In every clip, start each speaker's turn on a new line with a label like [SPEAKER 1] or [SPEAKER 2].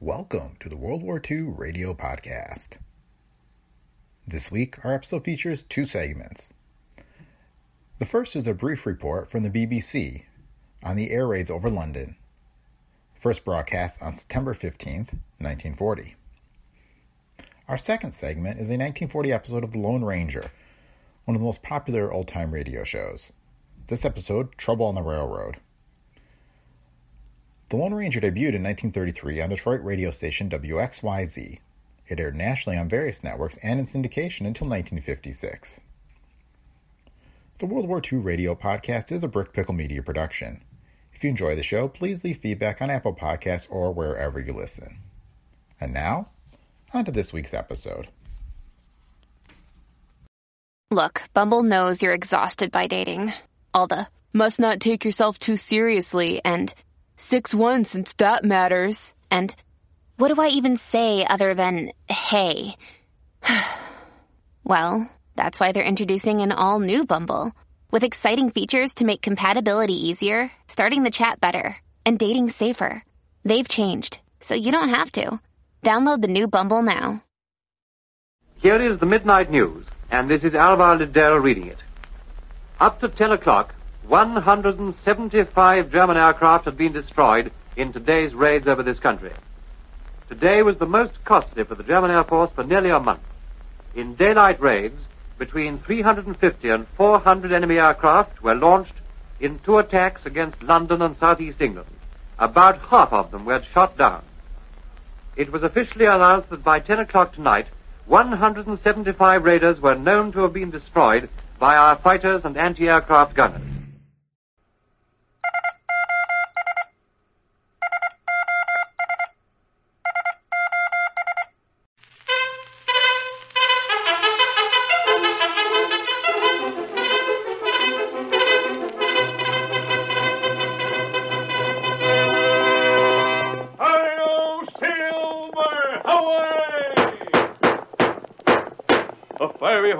[SPEAKER 1] Welcome to the World War II Radio Podcast. This week, our episode features two segments. The first is a brief report from the BBC on the air raids over London, first broadcast on September 15th, 1940. Our second segment is a 1940 episode of The Lone Ranger, one of the most popular old time radio shows. This episode, Trouble on the Railroad. The Lone Ranger debuted in 1933 on Detroit radio station WXYZ. It aired nationally on various networks and in syndication until 1956. The World War II Radio Podcast is a Brick Pickle Media production. If you enjoy the show, please leave feedback on Apple Podcasts or wherever you listen. And now, on to this week's episode.
[SPEAKER 2] Look, Bumble knows you're exhausted by dating. All the must not take yourself too seriously and 6 1 since that matters. And what do I even say other than hey? well, that's why they're introducing an all new Bumble with exciting features to make compatibility easier, starting the chat better, and dating safer. They've changed, so you don't have to. Download the new Bumble now.
[SPEAKER 3] Here is the midnight news, and this is Alvar Liddell reading it. Up to 10 o'clock, 175 German aircraft had been destroyed in today's raids over this country. Today was the most costly for the German Air Force for nearly a month. In daylight raids, between 350 and 400 enemy aircraft were launched in two attacks against London and southeast England. About half of them were shot down. It was officially announced that by 10 o'clock tonight, 175 raiders were known to have been destroyed by our fighters and anti aircraft gunners.
[SPEAKER 4] Hi-yo, Silver! Away! A fiery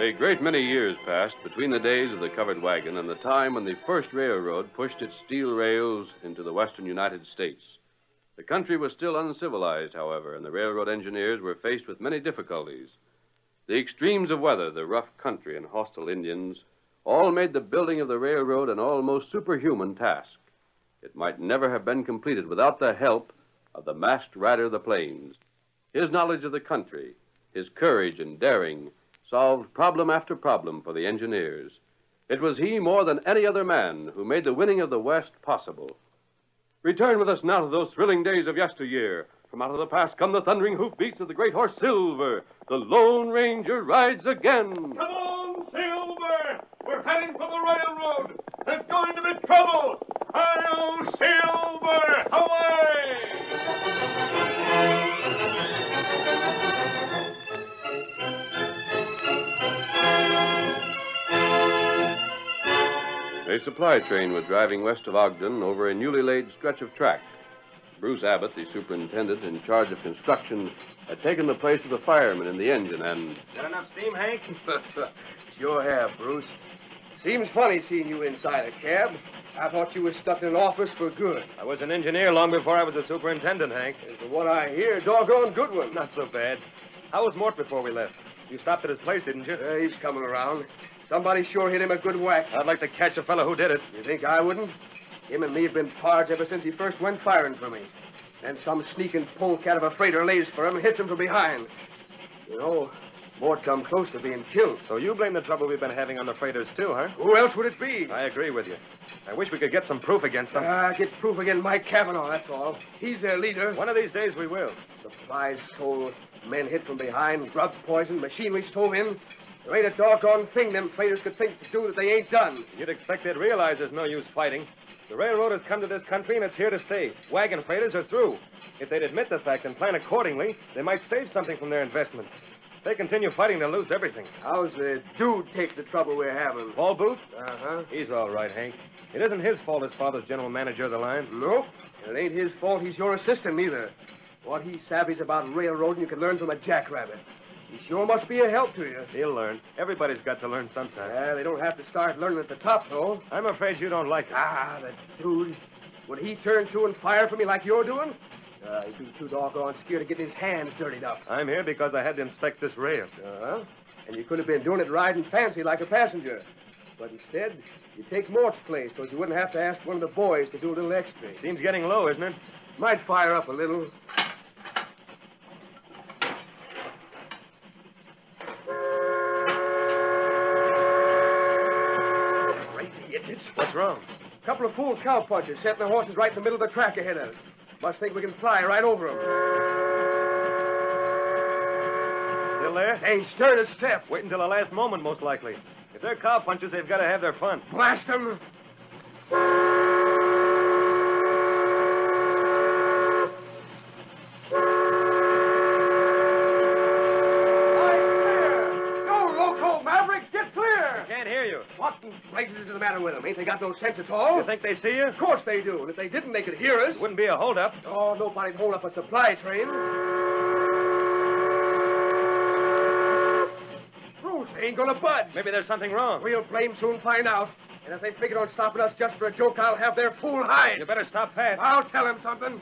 [SPEAKER 4] A great many years passed between the days of the covered wagon and the time when the first railroad pushed its steel rails into the western United States. The country was still uncivilized, however, and the railroad engineers were faced with many difficulties. The extremes of weather, the rough country, and hostile Indians all made the building of the railroad an almost superhuman task. It might never have been completed without the help of the masked rider of the plains, His knowledge of the country, his courage and daring, solved problem after problem for the engineers. It was he, more than any other man, who made the winning of the West possible. Return with us now to those thrilling days of yesteryear. From out of the past come the thundering hoofbeats of the great horse Silver. The Lone Ranger rides again.
[SPEAKER 5] Come on, Silver! We're heading for the railroad! There's going to be trouble! Hi-yo, Silver! Away!
[SPEAKER 4] A supply train was driving west of Ogden over a newly laid stretch of track. Bruce Abbott, the superintendent in charge of construction, had taken the place of the fireman in the engine and.
[SPEAKER 6] Got enough steam, Hank? sure have, Bruce. Seems funny seeing you inside a cab. I thought you were stuck in an office for good. I was an engineer long before I was a superintendent, Hank. From what I hear, doggone good one. Not so bad. How was Mort before we left? You stopped at his place, didn't you? he's coming around. Somebody sure hit him a good whack. I'd like to catch a fellow who did it. You think I wouldn't? Him and me have been pards ever since he first went firing for me. Then some sneaking polecat of a freighter lays for him and hits him from behind. You know, Mort come close to being killed. So you blame the trouble we've been having on the freighters, too, huh? Who else would it be? I agree with you. I wish we could get some proof against them. Ah, get proof against Mike Cavanaugh, Oh, that's all. He's their leader. One of these days we will. Supplies stole, men hit from behind, grub poisoned, machinery stove in. There ain't a doggone thing them freighters could think to do that they ain't done. You'd expect they'd realize there's no use fighting. The railroad has come to this country and it's here to stay. Wagon freighters are through. If they'd admit the fact and plan accordingly, they might save something from their investments. If they continue fighting, they'll lose everything. How's the dude take the trouble we're having? Paul Booth? Uh huh. He's all right, Hank. It isn't his fault his father's general manager of the line. Nope. It ain't his fault he's your assistant either. What he savvies about railroading you can learn from a jackrabbit. He sure must be a help to you. He'll learn. Everybody's got to learn sometime. Yeah, they don't have to start learning at the top, though. I'm afraid you don't like it. Ah, the dude. Would he turn to and fire for me like you're doing? Uh, he'd be too doggone scared to get his hands dirtied up. I'm here because I had to inspect this rail. Uh-huh. And you could have been doing it riding fancy like a passenger. But instead, you take Mort's place so you wouldn't have to ask one of the boys to do a little extra. Seems getting low, isn't it? Might fire up a little. Crazy idiots. What's wrong? A couple of fool cowpunchers setting their horses right in the middle of the track ahead of us. Must think we can fly right over them. Still there? Hey, stirred a step. Wait until the last moment, most likely. If they're cowpunchers, they've got to have their fun. Blast them! Go, loco maverick! Get clear! Can't hear you. What in blazes is the matter with them? Ain't they got no sense at all? You think they see you? Of course they do. And if they didn't, they could hear us. Wouldn't be a holdup. Oh, nobody'd hold up a supply train. Bruce ain't gonna budge. Maybe there's something wrong. We'll blame soon find out. And if they figure on stopping us just for a joke, I'll have their fool hide. You better stop fast. I'll tell him something.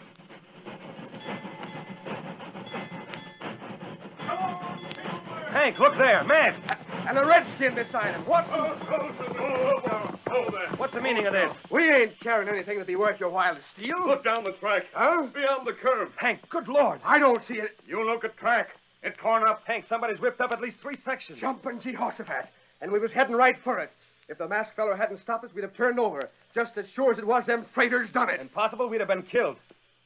[SPEAKER 6] Hank, look there. Mask. And a redskin beside him. What?
[SPEAKER 5] Hold there.
[SPEAKER 6] What's the meaning of this? We ain't carrying anything that'd be worth your while to steal.
[SPEAKER 5] Look down the track.
[SPEAKER 6] Huh?
[SPEAKER 5] Beyond the curve.
[SPEAKER 6] Hank, good Lord. I don't see it.
[SPEAKER 5] You look at track. It corner up.
[SPEAKER 6] Hank, somebody's whipped up at least three sections. Jumping Jehoshaphat.
[SPEAKER 5] Ah,
[SPEAKER 6] And we was heading right for it. If the masked fellow hadn't stopped us, we'd have turned over. Just as sure as it was them freighters done it. Impossible, we'd have been killed.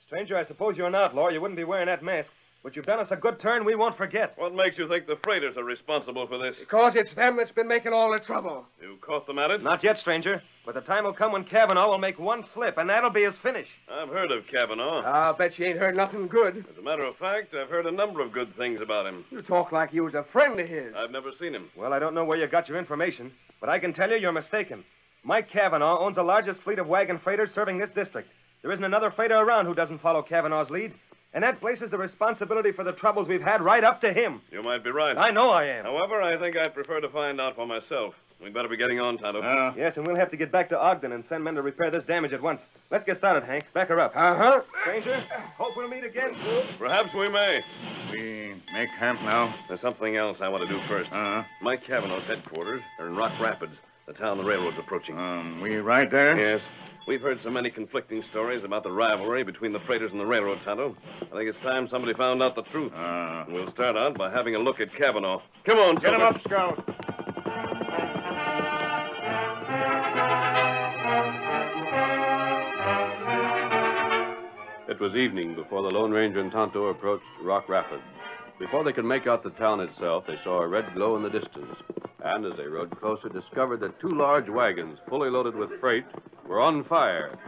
[SPEAKER 6] Stranger, I suppose you're an outlaw. You wouldn't be wearing that mask. But you've done us a good turn we won't forget.
[SPEAKER 5] What makes you think the freighters are responsible for this?
[SPEAKER 6] Because it's them that's been making all the trouble.
[SPEAKER 5] You caught them at it?
[SPEAKER 6] Not yet, stranger. But the time will come when Kavanaugh will make one slip, and that'll be his finish.
[SPEAKER 5] I've heard of Kavanaugh.
[SPEAKER 6] I'll bet you ain't heard nothing good.
[SPEAKER 5] As a matter of fact, I've heard a number of good things about him.
[SPEAKER 6] You talk like you was a friend of his.
[SPEAKER 5] I've never seen him.
[SPEAKER 6] Well, I don't know where you got your information, but I can tell you you're mistaken. Mike Cavanaugh owns the largest fleet of wagon freighters serving this district. There isn't another freighter around who doesn't follow Cavanaugh's lead, and that places the responsibility for the troubles we've had right up to him.
[SPEAKER 5] You might be right.
[SPEAKER 6] I know I am.
[SPEAKER 5] However, I think I prefer to find out for myself. We'd better be getting on, Tonto.
[SPEAKER 7] Uh.
[SPEAKER 6] Yes, and we'll have to get back to Ogden and send men to repair this damage at once. Let's get started, Hank. Back her up. Uh huh. Stranger, hope we'll meet again.
[SPEAKER 5] Perhaps we may.
[SPEAKER 8] We make camp now.
[SPEAKER 5] There's something else I want to do first.
[SPEAKER 8] Uh-huh.
[SPEAKER 5] Mike Cavanaugh's headquarters are in Rock Rapids, the town the railroad's approaching.
[SPEAKER 8] Um, we ride there?
[SPEAKER 5] Yes.
[SPEAKER 7] We've heard so many conflicting stories about the rivalry between the freighters and the railroads, Tonto. I think it's time somebody found out the truth.
[SPEAKER 8] Uh.
[SPEAKER 7] we'll start out by having a look at Kavanaugh. Come on,
[SPEAKER 5] Get him
[SPEAKER 7] Silver.
[SPEAKER 5] up, Scout.
[SPEAKER 7] It was evening before the Lone Ranger and Tonto approached Rock Rapids. Before they could make out the town itself, they saw a red glow in the distance, and as they rode closer, discovered that two large wagons, fully loaded with freight, were on fire.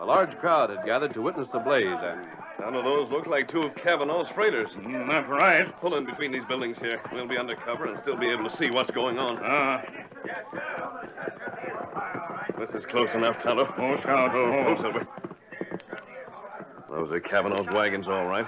[SPEAKER 7] A large crowd had gathered to witness the blaze, and none of those looked like two of Kavanaugh's freighters.
[SPEAKER 8] Mm, that's right.
[SPEAKER 7] Pull in between these buildings here. We'll be under cover and still be able to see what's going on.
[SPEAKER 8] Ah.
[SPEAKER 7] This is close enough, Tonto.
[SPEAKER 8] Oh, Tonto.
[SPEAKER 7] Oh, Silver. Those are Kavanaugh's wagons, all right.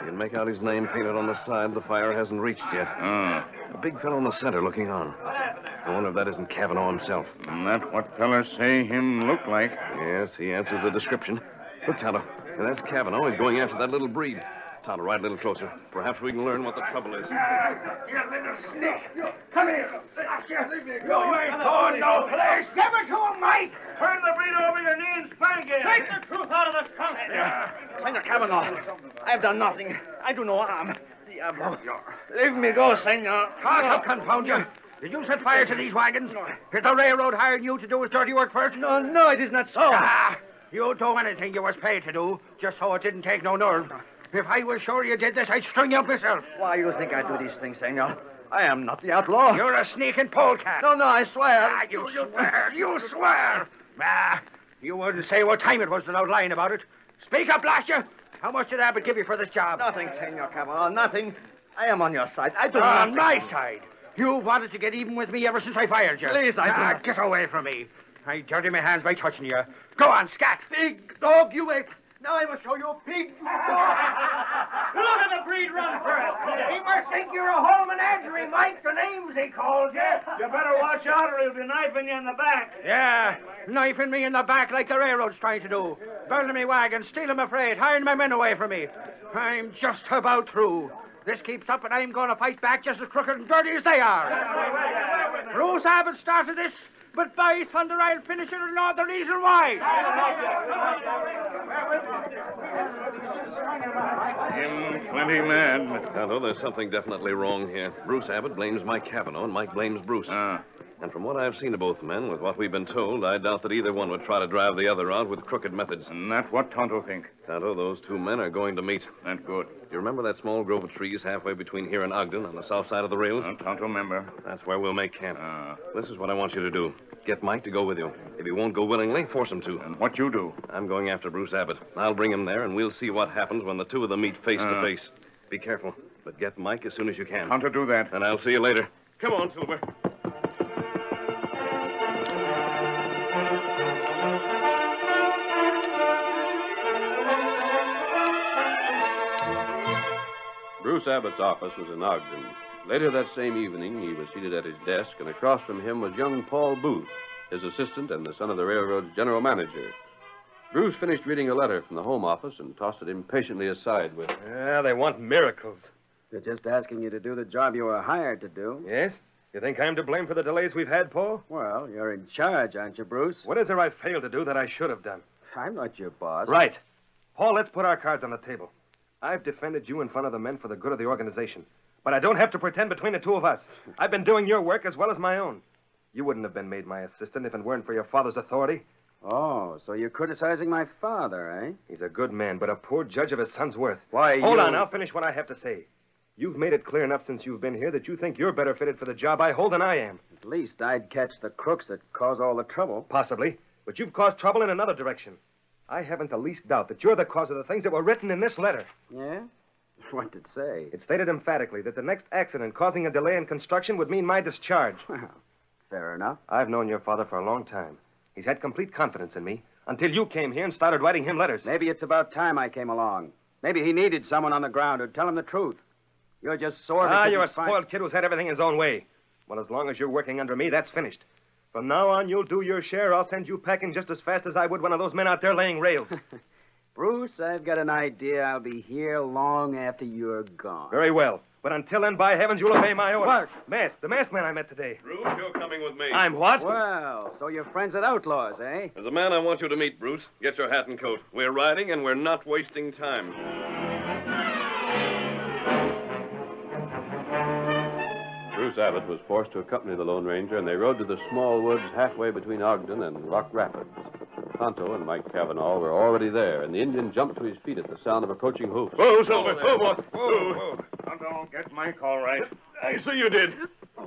[SPEAKER 7] You can make out his name painted on the side the fire hasn't reached yet.
[SPEAKER 8] Ah.
[SPEAKER 7] A big fellow in the center looking on. I wonder if that isn't Kavanaugh himself.
[SPEAKER 8] And that's what fellas say him look like.
[SPEAKER 7] Yes, he answers the description. Look, Tonto. That's Kavanaugh. He's going after that little breed. Tonto, ride a little closer. Perhaps we can learn what the trouble is.
[SPEAKER 5] You little snitch. Come here. You ain't going no place. Give it to him, Mike. Turn the breed over your knee and spank it. Take the truth out of the skunk.
[SPEAKER 9] Senor Kavanaugh, I've done nothing. I do no harm. Diablo. Leave me go, senor.
[SPEAKER 10] Shut up, confound you. Did you set fire to these wagons? Did the railroad hire you to do his dirty work first? No, no, it is not so. Ah, you do anything you was paid to do, just so it didn't take no nerve. If I was sure you did this, I'd string you up myself.
[SPEAKER 9] Why you think I do these things, senor? I am not the outlaw.
[SPEAKER 10] You're a sneaking polecat.
[SPEAKER 9] No, no, I swear.
[SPEAKER 10] Ah, you swear. You swear. Ah, you wouldn't say what time it was without lying about it. Speak up, blast you. How much did Abbott give you for this job?
[SPEAKER 9] Nothing, senor Kavanaugh, nothing. I am on your side. I do nothing.
[SPEAKER 10] On my side. You wanted to get even with me ever since I fired you.
[SPEAKER 9] Please, I do
[SPEAKER 10] ah,
[SPEAKER 9] not-
[SPEAKER 10] get away from me. I dirty my hands by touching you. Go on, scat.
[SPEAKER 9] Big dog, you ape. Now I will show you pig.
[SPEAKER 5] Look at the breed run for it.
[SPEAKER 11] He must think you're a Holmenagerie, Mike. The names he calls you.
[SPEAKER 5] You better watch out or he'll be knifing you in the back.
[SPEAKER 10] Yeah, knifing me in the back like the railroad's trying to do. Burning me wagon, stealing my freight, hiring my men away from me. I'm just about through. This keeps up, and I'm going to fight back just as crooked and dirty as they are. Bruce Abbott started this, but by thunder, I'll finish it and know the reason why.
[SPEAKER 8] Him plenty mad.
[SPEAKER 7] Tonto, there's something definitely wrong here. Bruce Abbott blames Mike Kavanaugh, and Mike blames Bruce.
[SPEAKER 8] Ah.
[SPEAKER 7] And from what I've seen of both men, with what we've been told, I doubt that either one would try to drive the other out with crooked methods.
[SPEAKER 8] And that's what Tonto think.
[SPEAKER 7] Tonto, those two men are going to meet.
[SPEAKER 8] That's good.
[SPEAKER 7] You remember that small grove of trees halfway between here and Ogden on the south side of the rails?
[SPEAKER 8] I don't remember. Uh.
[SPEAKER 7] That's where we'll make camp. this is what I want you to do. Get Mike to go with you. If he won't go willingly, force him to.
[SPEAKER 8] And what you do?
[SPEAKER 7] I'm going after Bruce Abbott. I'll bring him there, and we'll see what happens when the two of them meet face
[SPEAKER 8] Uh.
[SPEAKER 7] to face. Be careful, but get Mike as soon as you can.
[SPEAKER 8] Tonto do that.
[SPEAKER 7] And I'll see you later. Come on, Silver. Bruce Abbott's office was in Ogden. Later that same evening, he was seated at his desk, and across from him was young Paul Booth, his assistant and the son of the railroad's general manager. Bruce finished reading a letter from the home office and tossed it impatiently aside with,
[SPEAKER 6] Yeah, they want miracles.
[SPEAKER 12] They're just asking you to do the job you were hired to do.
[SPEAKER 6] Yes? You think I'm to blame for the delays we've had, Paul?
[SPEAKER 12] Well, you're in charge, aren't you, Bruce?
[SPEAKER 6] What is there I failed to do that I should have done?
[SPEAKER 12] I'm not your boss.
[SPEAKER 6] Right. Paul, let's put our cards on the table. I've defended you in front of the men for the good of the organization, but I don't have to pretend between the two of us. I've been doing your work as well as my own. You wouldn't have been made my assistant if it weren't for your father's authority.
[SPEAKER 12] Oh, so you're criticizing my father, eh?
[SPEAKER 6] He's a good man, but a poor judge of his son's worth.
[SPEAKER 12] Why,
[SPEAKER 6] Hold
[SPEAKER 12] you-
[SPEAKER 6] on, I'll finish what I have to say. You've made it clear enough since you've been here that you think you're better fitted for the job I hold than I am.
[SPEAKER 12] At least I'd catch the crooks that cause all the trouble.
[SPEAKER 6] Possibly. But you've caused trouble in another direction. I haven't the least doubt that you're the cause of the things that were written in this letter.
[SPEAKER 12] Yeah? What did it say?
[SPEAKER 6] It stated emphatically that the next accident causing a delay in construction would mean my discharge.
[SPEAKER 12] Well, fair enough.
[SPEAKER 6] I've known your father for a long time. He's had complete confidence in me until you came here and started writing him letters.
[SPEAKER 12] Maybe it's about time I came along. Maybe he needed someone on the ground who'd tell him the truth. You're just sore
[SPEAKER 6] Ah,
[SPEAKER 12] because
[SPEAKER 6] you're a
[SPEAKER 12] you find-
[SPEAKER 6] spoiled kid who's had everything his own way. Well, as long as you're working under me, that's finished. From now on, you'll do your share. I'll send you packing just as fast as I would one of those men out there laying rails.
[SPEAKER 12] Bruce, I've got an idea I'll be here long after you're gone.
[SPEAKER 6] Very well. But until then, by heavens, you'll obey my order. What? Mask, the masked man I met today.
[SPEAKER 7] Bruce, you're coming with me.
[SPEAKER 6] I'm what?
[SPEAKER 12] Well, so you're friends with outlaws, eh?
[SPEAKER 7] There's a man I want you to meet, Bruce. Get your hat and coat. We're riding, and we're not wasting time. Bruce Abbott was forced to accompany the Lone Ranger, and they rode to the small woods halfway between Ogden and Rock Rapids. Tonto and Mike Cavanaugh were already there, and the Indian jumped to his feet at the sound of approaching hoofs.
[SPEAKER 4] Whoa, Silver! Whoa, boy!
[SPEAKER 7] Whoa,
[SPEAKER 4] whoa! Tonto, get Mike all right.
[SPEAKER 7] I see you did.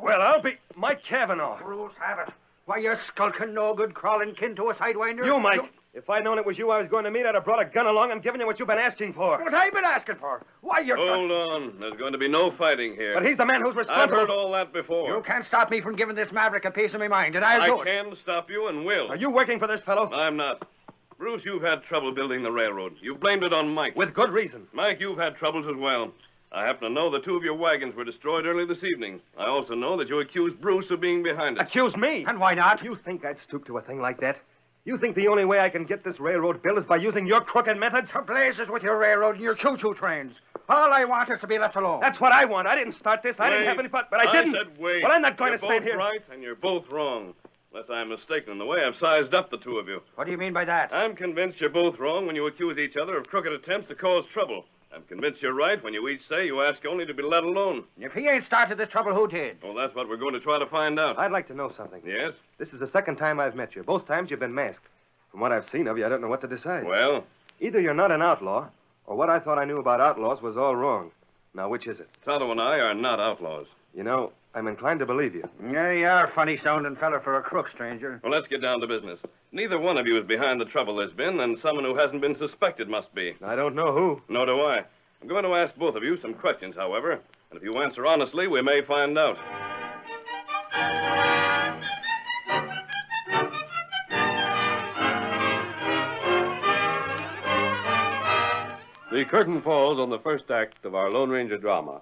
[SPEAKER 6] Well, I'll be. Mike Cavanaugh.
[SPEAKER 10] Bruce Abbott. Why, you're skulking no good, crawling kin to a sidewinder.
[SPEAKER 6] You, Mike. If I'd known it was you I was going to meet, I'd have brought a gun along and given you what you've been asking for. Oh,
[SPEAKER 10] What I've been asking for? Why, you're.
[SPEAKER 7] Hold on. There's going to be no fighting here.
[SPEAKER 10] But he's the man who's
[SPEAKER 7] I've
[SPEAKER 10] responsible.
[SPEAKER 7] heard all that before.
[SPEAKER 10] You can't stop me from giving this maverick a piece of my mind, and I'll
[SPEAKER 7] I
[SPEAKER 10] do it.
[SPEAKER 7] can stop you and will.
[SPEAKER 6] Are you working for this fellow?
[SPEAKER 7] I'm not. Bruce, you've had trouble building the railroad. You blamed it on Mike.
[SPEAKER 6] With good reason.
[SPEAKER 7] Mike, you've had troubles as well. I happen to know the two of your wagons were destroyed early this evening. I also know that you accused Bruce of being behind it.
[SPEAKER 6] Accuse me. And why not? You think I'd stoop to a thing like that? You think the only way I can get this railroad built is by using your crooked methods?
[SPEAKER 10] To blazes with your railroad and your choo-choo trains. All I want is to be left alone.
[SPEAKER 6] That's what I want. I didn't start this. I didn't
[SPEAKER 7] Wait.
[SPEAKER 6] have any part, but I didn't.
[SPEAKER 7] said wait.
[SPEAKER 6] Well, I'm not going
[SPEAKER 7] you're
[SPEAKER 6] to stand
[SPEAKER 7] both
[SPEAKER 6] here.
[SPEAKER 7] right and you're both wrong. Unless I'm mistaken in the way I've sized up the two of you.
[SPEAKER 10] What do you mean by that?
[SPEAKER 7] I'm convinced you're both wrong when you accuse each other of crooked attempts to cause trouble. I'm convinced you're right when you each say you ask only to be let alone.
[SPEAKER 10] If he ain't started this trouble, who did?
[SPEAKER 7] Well, that's what we're going to try to find out.
[SPEAKER 6] I'd like to know something.
[SPEAKER 7] Yes?
[SPEAKER 6] This is the second time I've met you. Both times you've been masked. From what I've seen of you, I don't know what to decide.
[SPEAKER 7] Well?
[SPEAKER 6] Either you're not an outlaw, or what I thought I knew about outlaws was all wrong. Now, which is it?
[SPEAKER 7] Tonto and I are not outlaws.
[SPEAKER 6] You know, I'm inclined to believe you.
[SPEAKER 10] Yeah, you are a funny sounding fella for a crook, stranger.
[SPEAKER 7] Well, let's get down to business. Neither one of you is behind the trouble there's been, and someone who hasn't been suspected must be.
[SPEAKER 6] I don't know who.
[SPEAKER 7] Nor do I. I'm going to ask both of you some questions, however, and if you answer honestly, we may find out. The curtain falls on the first act of our Lone Ranger drama.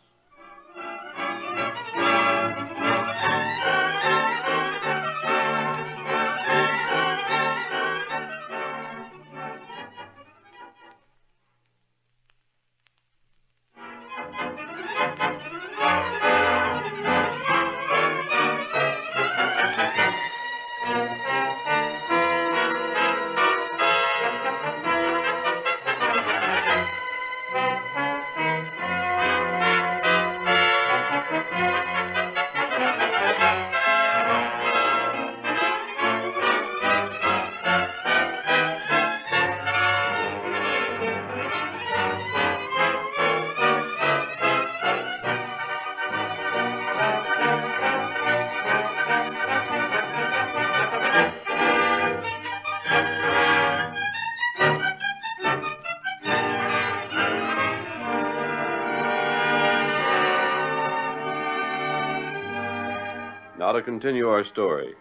[SPEAKER 7] Now to continue our story.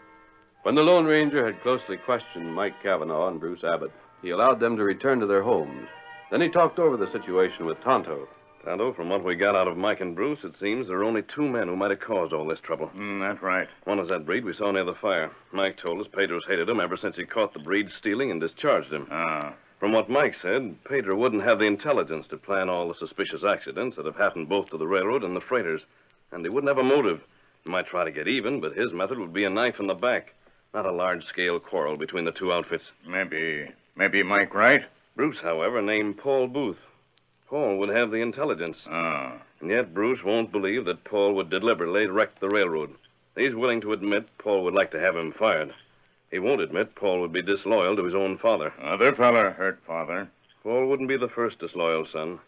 [SPEAKER 7] When the Lone Ranger had closely questioned Mike Cavanaugh and Bruce Abbott, he allowed them to return to their homes. Then he talked over the situation with Tonto. Tonto, from what we got out of Mike and Bruce, it seems there are only two men who might have caused all this trouble.
[SPEAKER 4] Mm, that's right.
[SPEAKER 7] One is that breed we saw near the fire. Mike told us Pedro's hated him ever since he caught the breed stealing and discharged him.
[SPEAKER 4] Ah.
[SPEAKER 7] From what Mike said, Pedro wouldn't have the intelligence to plan all the suspicious accidents that have happened both to the railroad and the freighters. And he wouldn't have a motive. He might try to get even, but his method would be a knife in the back, not a large scale quarrel between the two outfits.
[SPEAKER 4] Maybe. Maybe Mike right?
[SPEAKER 7] Bruce, however, named Paul Booth. Paul would have the intelligence.
[SPEAKER 4] Ah.
[SPEAKER 7] And yet Bruce won't believe that Paul would deliberately wreck the railroad. He's willing to admit Paul would like to have him fired. He won't admit Paul would be disloyal to his own father.
[SPEAKER 4] Other feller hurt father.
[SPEAKER 7] Paul wouldn't be the first disloyal son.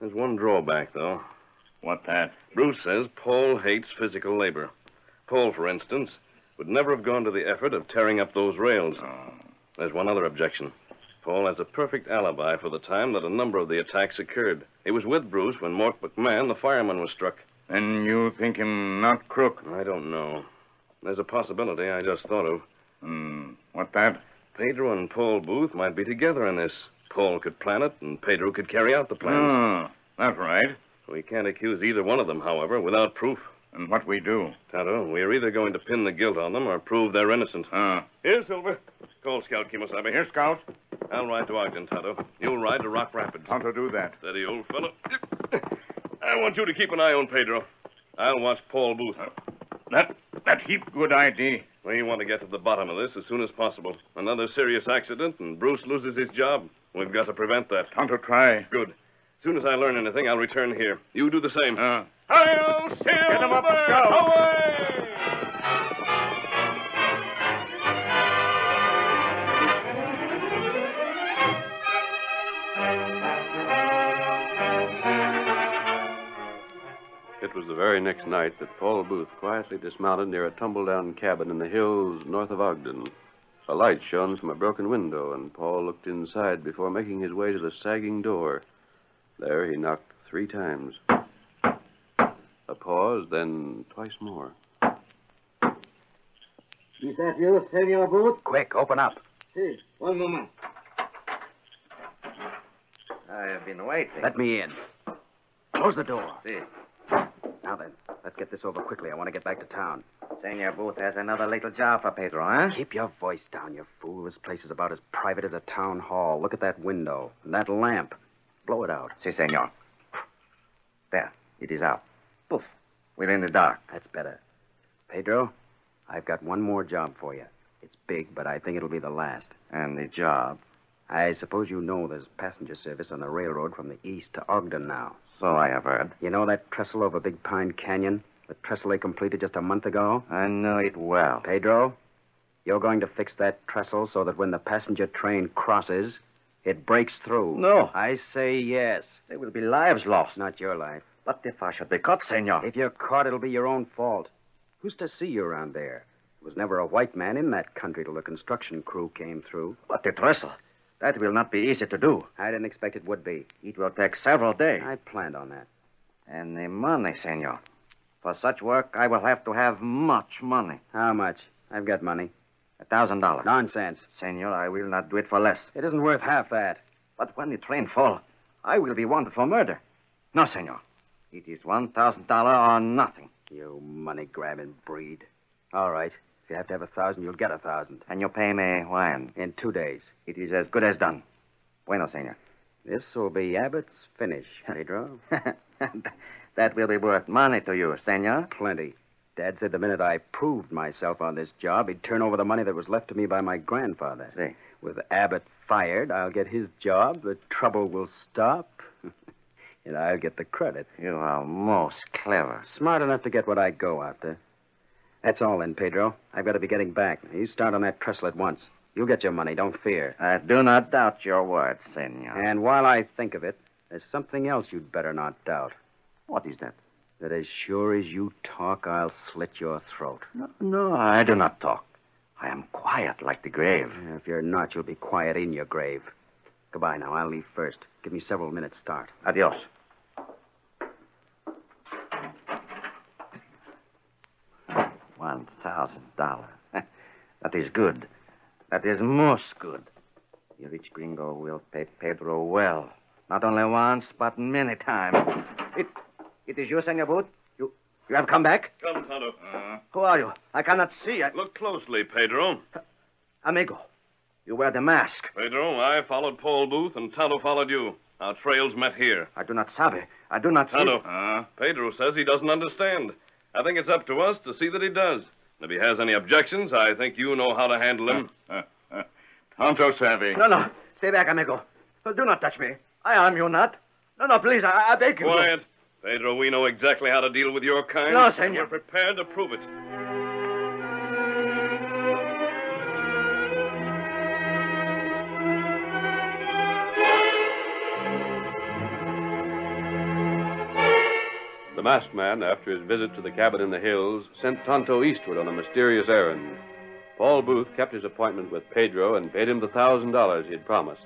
[SPEAKER 7] There's one drawback, though.
[SPEAKER 4] What that?
[SPEAKER 7] Bruce says Paul hates physical labor. Paul, for instance, would never have gone to the effort of tearing up those rails.
[SPEAKER 4] Oh.
[SPEAKER 7] There's one other objection. Paul has a perfect alibi for the time that a number of the attacks occurred. He was with Bruce when Mort McMahon, the fireman, was struck.
[SPEAKER 4] Then you think him not crook?
[SPEAKER 7] I don't know. There's a possibility I just thought of.
[SPEAKER 4] Hmm. What that?
[SPEAKER 7] Pedro and Paul Booth might be together in this. Paul could plan it, and Pedro could carry out the plans.
[SPEAKER 4] Ah. That's right.
[SPEAKER 7] We can't accuse either one of them, however, without proof.
[SPEAKER 8] And what we do?
[SPEAKER 4] Tonto, we're either going to pin the guilt on them or prove they're innocent.
[SPEAKER 8] Ah.
[SPEAKER 4] Here, Silver. Call Scout Kimosabe. Here, Scout. I'll ride to Ogden, Tonto. You'll ride to Rock Rapids.
[SPEAKER 8] How to do that?
[SPEAKER 4] Steady, old fellow. I want you to keep an eye on Pedro. I'll watch Paul Booth.
[SPEAKER 8] That that heap good idea.
[SPEAKER 4] We want to get to the bottom of this as soon as possible. Another serious accident, and Bruce loses his job. We've got to prevent that.
[SPEAKER 8] Tonto try.
[SPEAKER 4] Good. As soon as I learn anything, I'll return here. You do the same.
[SPEAKER 8] Ah.
[SPEAKER 5] Hi-yo,
[SPEAKER 4] Get 'em up,
[SPEAKER 5] Silver!
[SPEAKER 4] Scout.
[SPEAKER 5] Away!
[SPEAKER 4] It was the very next night that Paul Booth quietly dismounted near a tumble down cabin in the hills north of Ogden. A light shone from a broken window, and Paul looked inside before making his way to the sagging door. There he knocked three times. A pause, then twice more.
[SPEAKER 13] Is that you, Senor Booth?
[SPEAKER 12] Quick, open up.
[SPEAKER 13] See, one moment.
[SPEAKER 14] I have been waiting.
[SPEAKER 12] Let me in. Close the door.
[SPEAKER 14] See.
[SPEAKER 12] Now then, let's get this over quickly. I want to get back to town.
[SPEAKER 13] Senor Booth has another little job for Pedro, huh?
[SPEAKER 12] Keep your voice down, you fool. This place is about as private as a town hall. Look at that window and that lamp. Blow it out.
[SPEAKER 13] Si, senor. There, it is out. Poof. We're in the dark.
[SPEAKER 12] That's better. Pedro, I've got one more job for you. It's big, but I think it'll be the last.
[SPEAKER 13] And the job.
[SPEAKER 12] I suppose you know there's passenger service on the railroad from the east to Ogden now.
[SPEAKER 13] So I have heard.
[SPEAKER 12] You know that trestle over Big Pine Canyon? The trestle they completed just a month ago?
[SPEAKER 13] I know it well.
[SPEAKER 12] Pedro, you're going to fix that trestle so that when the passenger train crosses, it breaks through.
[SPEAKER 13] No.
[SPEAKER 12] I say yes.
[SPEAKER 13] There will be lives lost.
[SPEAKER 12] Not your life.
[SPEAKER 13] But if I should be caught, senor.
[SPEAKER 12] If you're caught, it'll be your own fault. Who's to see you around there? There was never a white man in that country till the construction crew came through.
[SPEAKER 13] But the trestle. That will not be easy to do.
[SPEAKER 12] I didn't expect it would be.
[SPEAKER 13] It will take several days.
[SPEAKER 12] I planned on that.
[SPEAKER 13] And the money, senor. For such work, I will have to have much money.
[SPEAKER 12] How much? I've got money.
[SPEAKER 13] A thousand dollars.
[SPEAKER 12] Nonsense.
[SPEAKER 13] Senor, I will not do it for less.
[SPEAKER 12] It isn't worth half that.
[SPEAKER 13] But when the train falls, I will be wanted for murder. No, senor. It is one thousand dollar or nothing.
[SPEAKER 12] You money grabbing breed. All right. If you have to have a thousand, you'll get a thousand.
[SPEAKER 13] And you pay me when?
[SPEAKER 12] In two days.
[SPEAKER 13] It is as good as done. Bueno, senor.
[SPEAKER 12] This will be Abbott's finish, Pedro.
[SPEAKER 13] that will be worth money to you, senor.
[SPEAKER 12] Plenty. Dad said the minute I proved myself on this job, he'd turn over the money that was left to me by my grandfather.
[SPEAKER 13] See.
[SPEAKER 12] With Abbott fired, I'll get his job. The trouble will stop. and I'll get the credit.
[SPEAKER 13] You are most clever.
[SPEAKER 12] Smart enough to get what I go after. That's all then, Pedro. I've got to be getting back. You start on that trestle at once. You'll get your money, don't fear.
[SPEAKER 13] I do not doubt your word, senor.
[SPEAKER 12] And while I think of it, there's something else you'd better not doubt.
[SPEAKER 13] what is that?
[SPEAKER 12] That as sure as you talk, I'll slit your throat.
[SPEAKER 13] No, no, Oh, I do not talk. I am quiet like the grave.
[SPEAKER 12] If you're not, you'll be quiet in your grave. Goodbye now. I'll leave first. Give me several minutes' start.
[SPEAKER 13] Adios. One thousand dollar. That is good. That is most good. The rich gringo will pay Pedro well. Not only once, but many times. It, it is you, Senor Booth? You, you have come back?
[SPEAKER 4] Come, Tonto.
[SPEAKER 8] Uh.
[SPEAKER 13] Who are you? I cannot see. I,
[SPEAKER 4] Look closely, Pedro.
[SPEAKER 13] amigo, you wear the mask.
[SPEAKER 4] Pedro, I followed Paul Booth, and Tonto followed you. Our trails met here.
[SPEAKER 13] I do not sabe. I do not see.
[SPEAKER 4] Tonto,
[SPEAKER 8] Uh-huh.
[SPEAKER 4] Pedro says he doesn't understand. I think it's up to us to see that he does. And if he has any objections, I think you know how to handle him.
[SPEAKER 8] Uh, Tonto savvy.
[SPEAKER 13] No, no. Stay back, amigo. No, do not touch me. I harm you not. No, no, please, I, I beg you.
[SPEAKER 4] Quiet. Pedro, we know exactly how to deal with your kind.
[SPEAKER 13] No,
[SPEAKER 4] and
[SPEAKER 13] senor.
[SPEAKER 4] We're prepared to prove it. The masked man, after his visit to the cabin in the hills, sent Tonto eastward on a mysterious errand. Paul Booth kept his appointment with Pedro and paid him the thousand dollars he had promised.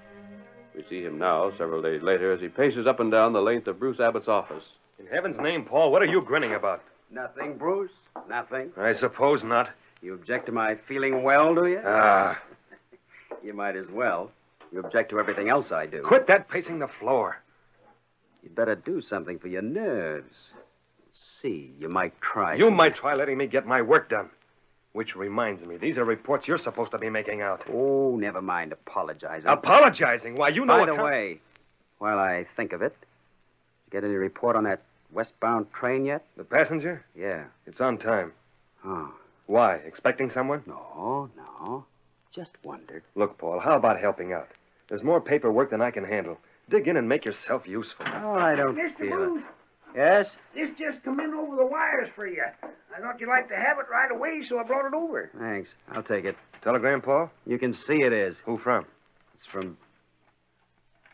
[SPEAKER 4] We see him now, several days later, as he paces up and down the length of Bruce Abbott's office.
[SPEAKER 15] In heaven's name, Paul, what are you grinning about?
[SPEAKER 12] Nothing, Bruce. Nothing.
[SPEAKER 15] I suppose not.
[SPEAKER 12] You object to my feeling well, do you?
[SPEAKER 15] Ah.
[SPEAKER 12] You might as well. You object to everything else I do.
[SPEAKER 15] Quit that pacing the floor.
[SPEAKER 12] You'd better do something for your nerves. see. You might try.
[SPEAKER 15] You might try letting me get my work done. Which reminds me, these are reports you're supposed to be making out.
[SPEAKER 12] Oh, never mind apologizing.
[SPEAKER 15] Apologizing? Why, you know
[SPEAKER 12] By
[SPEAKER 15] a
[SPEAKER 12] the
[SPEAKER 15] com-
[SPEAKER 12] way, while I think of it, did you get any report on that westbound train yet?
[SPEAKER 15] The passenger?
[SPEAKER 12] Yeah.
[SPEAKER 15] It's on time.
[SPEAKER 12] Oh.
[SPEAKER 15] Why? Expecting someone?
[SPEAKER 12] No, Oh, no. Just wondered.
[SPEAKER 15] Look, Paul, how about helping out? There's more paperwork than I can handle. Dig in and make yourself useful.
[SPEAKER 12] Oh, I don't
[SPEAKER 16] Mr.
[SPEAKER 15] feel
[SPEAKER 16] Booth,
[SPEAKER 15] it. Yes?
[SPEAKER 16] this just come in over the wires for you. I thought you'd like to have it right away, so I brought it over.
[SPEAKER 12] Thanks. I'll take it.
[SPEAKER 15] Telegram, Paul?
[SPEAKER 12] You can see it is.
[SPEAKER 15] Who from?
[SPEAKER 12] It's from.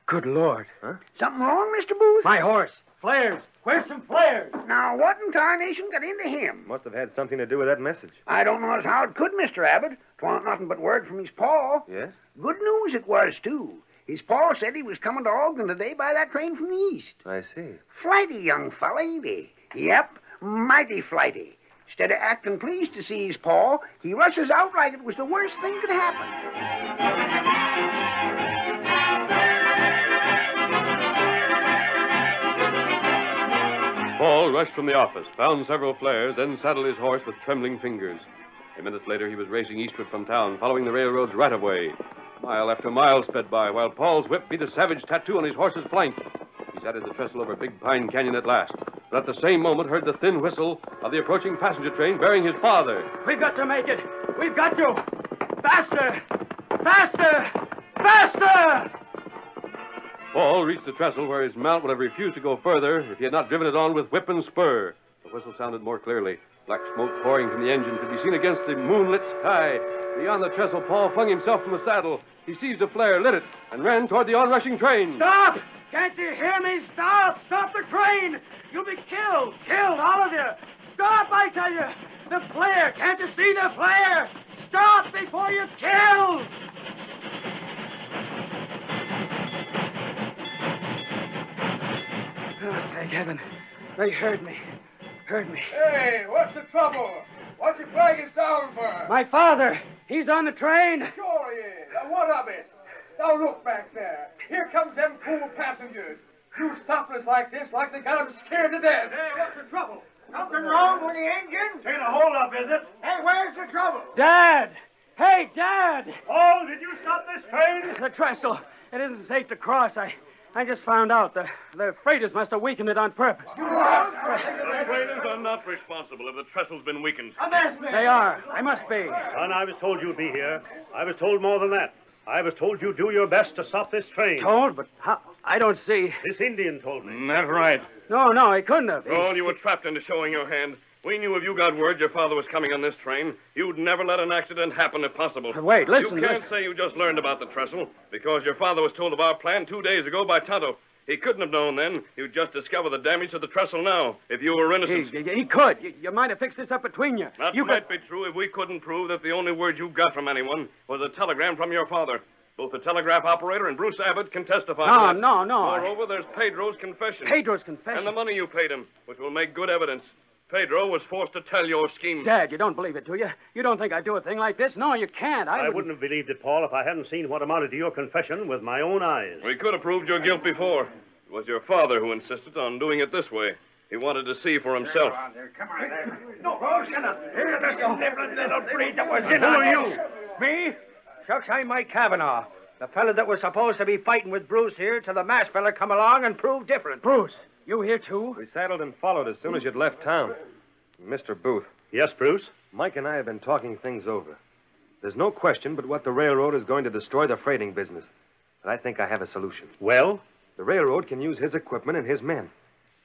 [SPEAKER 15] Good Lord. Huh?
[SPEAKER 16] Something wrong, Mr. Booth?
[SPEAKER 15] My horse.
[SPEAKER 16] Flares. Where's some flares? Now, what in tarnation got into him?
[SPEAKER 15] Must have had something to do with that message.
[SPEAKER 16] I don't know as how it could, Mr. Abbott. 'Twan't nothing but word from his paw.
[SPEAKER 15] Yes?
[SPEAKER 16] Good news it was, too. His paw said he was coming to Ogden today by that train from the east.
[SPEAKER 15] I see.
[SPEAKER 16] Flighty young fella, ain't he? Yep, mighty flighty. Instead of acting pleased to see his paw, he rushes out like it was the worst thing could happen.
[SPEAKER 4] Paul rushed from the office, found several flares, then saddled his horse with trembling fingers. A minute later, he was racing eastward from town, following the railroad's right of way. Mile after mile sped by, while Paul's whip beat a savage tattoo on his horse's flank. He sighted the trestle over Big Pine Canyon at last, but at the same moment heard the thin whistle of the approaching passenger train bearing his father.
[SPEAKER 10] We've got to make it. We've got to. Faster! Faster! Faster!
[SPEAKER 4] Paul reached the trestle where his mount would have refused to go further if he had not driven it on with whip and spur. The whistle sounded more clearly. Black smoke pouring from the engine could be seen against the moonlit sky. Beyond the trestle, Paul flung himself from the saddle. He seized a flare, lit it, and ran toward the onrushing train.
[SPEAKER 10] Stop! Can't you hear me? Stop! Stop the train! You'll be killed! Killed, all of you! Stop, I tell you! The flare! Can't you see the flare? Stop before you're killed! Oh, thank heaven. They heard me. Heard me.
[SPEAKER 5] Hey, what's the trouble? What you flagging down for?
[SPEAKER 10] My father! He's on the train!
[SPEAKER 5] Sure he is. Now, what of it? Now look back there. Here comes them cool passengers. You stopping us like this, like they got 'em scared to death. Hey, what's the trouble?
[SPEAKER 16] Something wrong with the engine?
[SPEAKER 5] Ain't a holdup, is it?
[SPEAKER 16] Hey, where's the trouble?
[SPEAKER 10] Dad! Hey, Dad!
[SPEAKER 5] Paul, did you stop this train?
[SPEAKER 10] The trestle. It isn't safe to cross. I, I just found out. The, the freighters must have weakened it on purpose.
[SPEAKER 7] The traders are not responsible if the trestle's been weakened.
[SPEAKER 10] They are. I must be.
[SPEAKER 7] Son, I was told you'd be here. I was told more than that. I was told you'd do your best to stop this train.
[SPEAKER 10] Told, but how? I don't see.
[SPEAKER 7] This Indian told me.
[SPEAKER 8] That's right.
[SPEAKER 10] No, no, he couldn't have. He-
[SPEAKER 7] Paul, Oh, you were trapped into showing your hand. We knew if you got word your father was coming on this train, you'd never let an accident happen if possible.
[SPEAKER 10] Uh, Wait, listen,
[SPEAKER 7] You can't
[SPEAKER 10] listen.
[SPEAKER 7] say you just learned about the trestle, because your father was told of our plan two days ago by Tonto. He couldn't have known then. You just discover the damage to the trestle now, if you were innocent.
[SPEAKER 10] He, he could. You, you might have fixed this up between you.
[SPEAKER 7] That
[SPEAKER 10] you
[SPEAKER 7] might be true if we couldn't prove that the only word you got from anyone was a telegram from your father. Both the telegraph operator and Bruce Abbott can testify.
[SPEAKER 10] No,
[SPEAKER 7] to that.
[SPEAKER 10] no, no.
[SPEAKER 7] Moreover, there's Pedro's confession.
[SPEAKER 10] Pedro's confession?
[SPEAKER 7] And the money you paid him, which will make good evidence. Pedro was forced to tell your scheme.
[SPEAKER 10] could... Dad, you don't believe it, do you? You don't think I'd do a thing like this? No, you can't. I,
[SPEAKER 7] I
[SPEAKER 10] wouldn't.
[SPEAKER 7] wouldn't wouldn't have have believed it, Paul, if I hadn't seen what amounted to your confession with my own eyes. We could have proved your guilt before. It was your father who insisted on doing it this way. He wanted to see for himself.
[SPEAKER 16] Come on, No, Rose, Here's
[SPEAKER 10] this
[SPEAKER 16] sniveling little breed that
[SPEAKER 10] was
[SPEAKER 7] in on
[SPEAKER 16] you?
[SPEAKER 17] Me? Shucks, I'm Mike Cavanaugh. The fella that was supposed to be fighting with Bruce here till the masked fella come along and prove different.
[SPEAKER 10] Bruce, you here too?
[SPEAKER 15] We saddled and followed as soon as you'd left town. Mr. Booth.
[SPEAKER 7] Yes, Bruce?
[SPEAKER 15] Mike and I have been talking things over. There's no question but what the railroad is going to destroy the freighting business. But I think I have a solution.
[SPEAKER 7] Well?
[SPEAKER 15] The railroad can use his equipment and his men.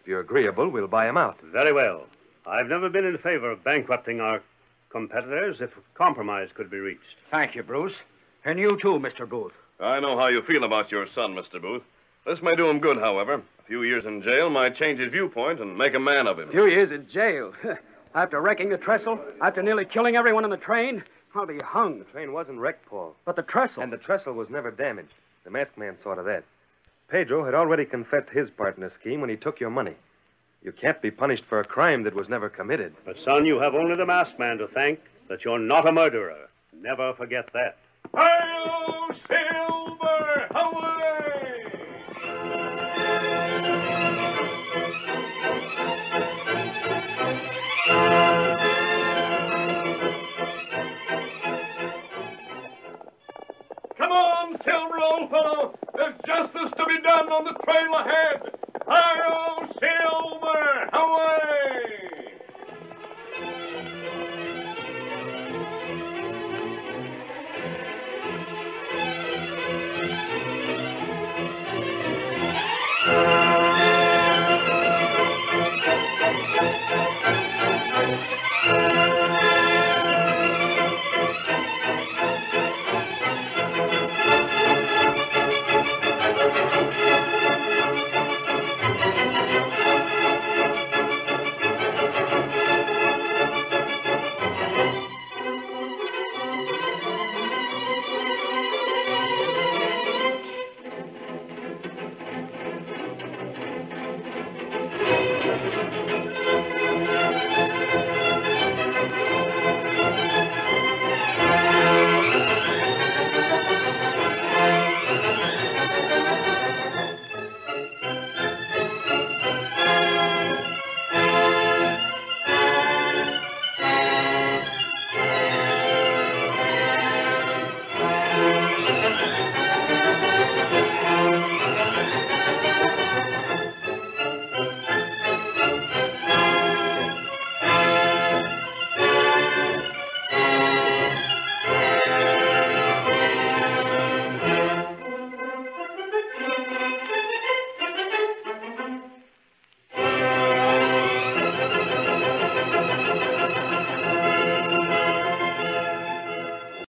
[SPEAKER 15] If you're agreeable, we'll buy him out.
[SPEAKER 7] Very well.
[SPEAKER 9] I've never been in favor of bankrupting our competitors if compromise could be reached.
[SPEAKER 17] Thank you, Bruce. And you too, Mr. Booth.
[SPEAKER 7] I know how you feel about your son, Mr. Booth. This may do him good, however. A few years in jail might change his viewpoint and make a man of him.
[SPEAKER 10] few years in jail. after wrecking the trestle, after nearly killing everyone on the train, I'll be hung.
[SPEAKER 15] The train wasn't wrecked, Paul.
[SPEAKER 10] But the trestle.
[SPEAKER 15] And the trestle was never damaged. The masked man saw to that. Pedro had already confessed his part in the scheme when he took your money. You can't be punished for a crime that was never committed.
[SPEAKER 9] But, son, you have only the masked man to thank that you're not a murderer. Never forget that.
[SPEAKER 5] Silver, away! on the trail ahead.